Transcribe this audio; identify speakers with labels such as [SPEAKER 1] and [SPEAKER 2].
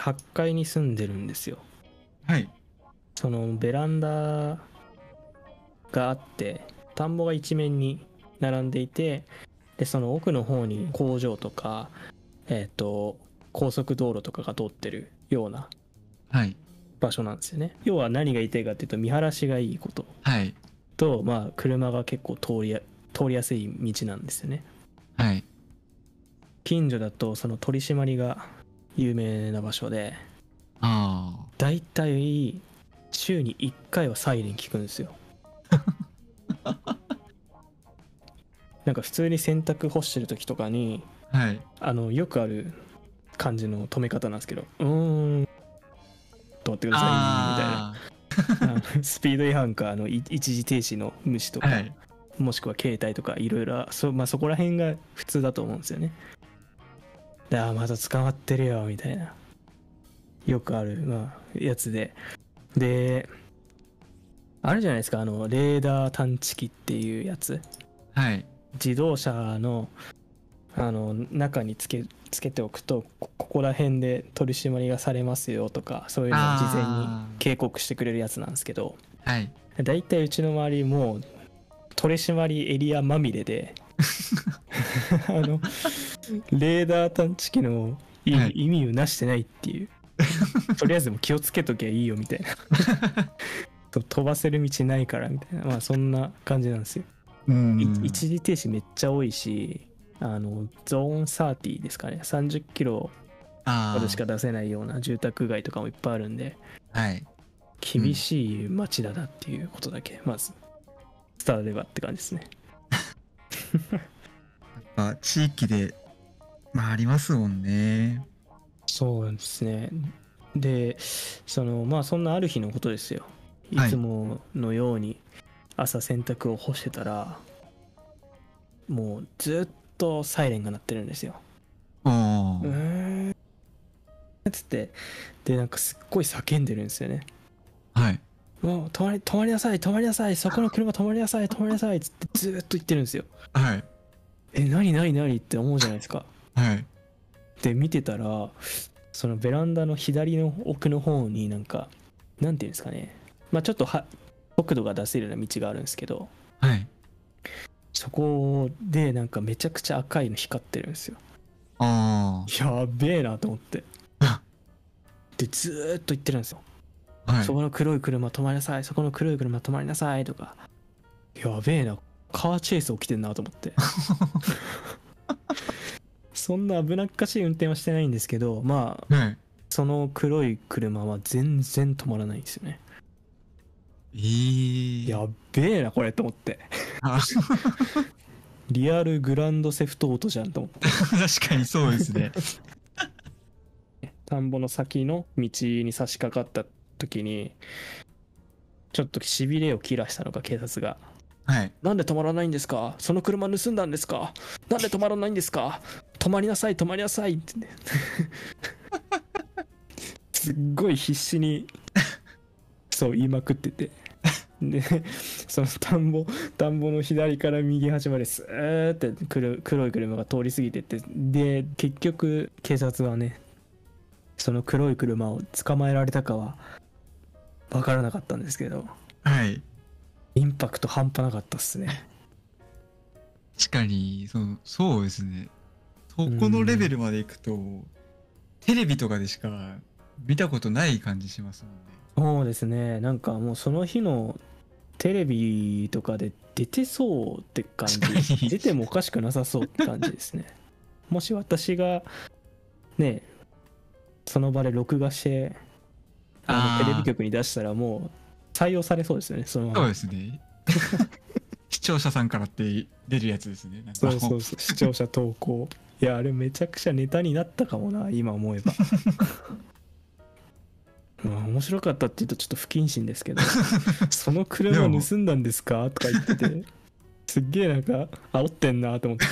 [SPEAKER 1] 8階に住んでるんですよ
[SPEAKER 2] はい。
[SPEAKER 1] そのベランダがあって田んぼが一面に並んでいてでその奥の方に工場とかえっ、と高速道路とかが通ってるような
[SPEAKER 2] はい。
[SPEAKER 1] 場所なんですよね要は何が言いたいかっていうと見晴らしがいいこと
[SPEAKER 2] はい。
[SPEAKER 1] とまあ車が結構通りや通りやすい道なんですよね
[SPEAKER 2] はい。
[SPEAKER 1] 近所だとその取り締まりが有名な場所で
[SPEAKER 2] あ
[SPEAKER 1] だいたい週に1回はサイレン聞くんですよ なんか普通に洗濯干してる時とかに
[SPEAKER 2] あ。はい。
[SPEAKER 1] あのよくある感じの止め方なんですけどうーん止まってくださ
[SPEAKER 2] あ
[SPEAKER 1] いみたいなあの スピード違反かあのい 一時停止の無視と
[SPEAKER 2] あ。
[SPEAKER 1] か、
[SPEAKER 2] はい。
[SPEAKER 1] もしくは携帯とかいろいろそ,、まあ、そこら辺が普通だと思うんですよねであーまた捕まってるよみたいなよくある、まあ、やつでであるじゃないですかあのレーダー探知機っていうやつ
[SPEAKER 2] はい。
[SPEAKER 1] 自動車のあの中につけつけておくとこここら辺で取り締まりがされますよとかそういうのを事前に
[SPEAKER 2] あー
[SPEAKER 1] 警告してくれるやつなんですけど
[SPEAKER 2] はい。
[SPEAKER 1] だいたいうちの周りもう取り締まりエリアまみれ であのレーダー探知機の意味,、
[SPEAKER 2] はい
[SPEAKER 1] 意味をなしてないっていうとりあえずもう気をつけときゃいいよみたいな そう飛ばせる道ないからみたいなまあそんな感じなんですよ、
[SPEAKER 2] うん
[SPEAKER 1] い一時停止めっちゃ多いしあのゾーン30ですかね30キロ
[SPEAKER 2] あ
[SPEAKER 1] ま
[SPEAKER 2] あ。
[SPEAKER 1] でしか出せないような住宅街とかもいっぱいあるんで
[SPEAKER 2] はい。
[SPEAKER 1] 厳しい街だなっていうことだけまず伝わればって感じですね
[SPEAKER 2] あ、地域で。まあ、ありますもんね。
[SPEAKER 1] そうですねでそのまあそんなある日のことですよい
[SPEAKER 2] はい
[SPEAKER 1] つものように朝洗濯を干してたらもうずっとサイレンが鳴ってるんですよ
[SPEAKER 2] お
[SPEAKER 1] う
[SPEAKER 2] お。
[SPEAKER 1] ーんつってでなんかすっごい叫んでるんですよね
[SPEAKER 2] はい。
[SPEAKER 1] もう止まり止まりなさい止まりなさいそこの車止まりなさい止まりなさいっつってずーっと言ってるんですよ
[SPEAKER 2] はい。
[SPEAKER 1] え何何何って思うじゃないですか
[SPEAKER 2] はい。
[SPEAKER 1] で見てたらそのベランダの左の奥の方になんかなんていうんですかねまあちょっとは速度が出せるような道があるんですけど
[SPEAKER 2] はい。
[SPEAKER 1] そこでなんかめちゃくちゃ赤いの光ってるんですよ
[SPEAKER 2] あ
[SPEAKER 1] やべえなと思って
[SPEAKER 2] あ
[SPEAKER 1] でずーっと言ってるんですよ、
[SPEAKER 2] あ。はい
[SPEAKER 1] そ。この黒い車止まりなさいそこの黒い車止まりなさいとかやべえなカーチェイス起きてんなと思って そんな危なっかしい運転はしてないんですけどまあ
[SPEAKER 2] はい。
[SPEAKER 1] その黒い車は全然止まらないんですよね。
[SPEAKER 2] えー。
[SPEAKER 1] やっべえな、これと思って。
[SPEAKER 2] あ
[SPEAKER 1] リアルグランドセフトオートじゃんと思って。
[SPEAKER 2] 確かにそうですね。
[SPEAKER 1] 田んぼの先の道に差し掛かった時に、ちょっと痺れを切らしたのか、警察が。
[SPEAKER 2] はい。
[SPEAKER 1] なんで止まらないんですかその車盗んだんですかなんで止まらないんですか止まりなさい、止まりなさいって、ね。すっごい必死に、そう言いまくってて。で、その田んぼ、田んぼの左から右端まですーって黒黒い車が通り過ぎてって、で、結局警察はね、その黒い車を捕まえられたかは分からなかったんですけど、
[SPEAKER 2] はい。
[SPEAKER 1] インパクト半端なかったっすね。
[SPEAKER 2] 確かに、その、そうですね。そこのレベルまで行くと、テレビとかでしか見たことない感じしますもんね。
[SPEAKER 1] そうですねなんかもうその日のテレビとかで出てそうって感
[SPEAKER 2] 確か
[SPEAKER 1] じ
[SPEAKER 2] に
[SPEAKER 1] 出てもおかしくなさそうって感じですねもし私がねその場で録画してあ
[SPEAKER 2] あー
[SPEAKER 1] のテレビ局に出したらもう採用されそうですよねそのま
[SPEAKER 2] そう
[SPEAKER 1] ま
[SPEAKER 2] ですね。 視聴者さんからって出るやつですね。なんか
[SPEAKER 1] そうそうそう視聴者投稿いやあれめちゃくちゃネタになったかもな今思えばまあ面白かったっていうとちょっと不謹慎ですけどその車盗んだんですかとか言っててすっげえなんか煽ってんなと思って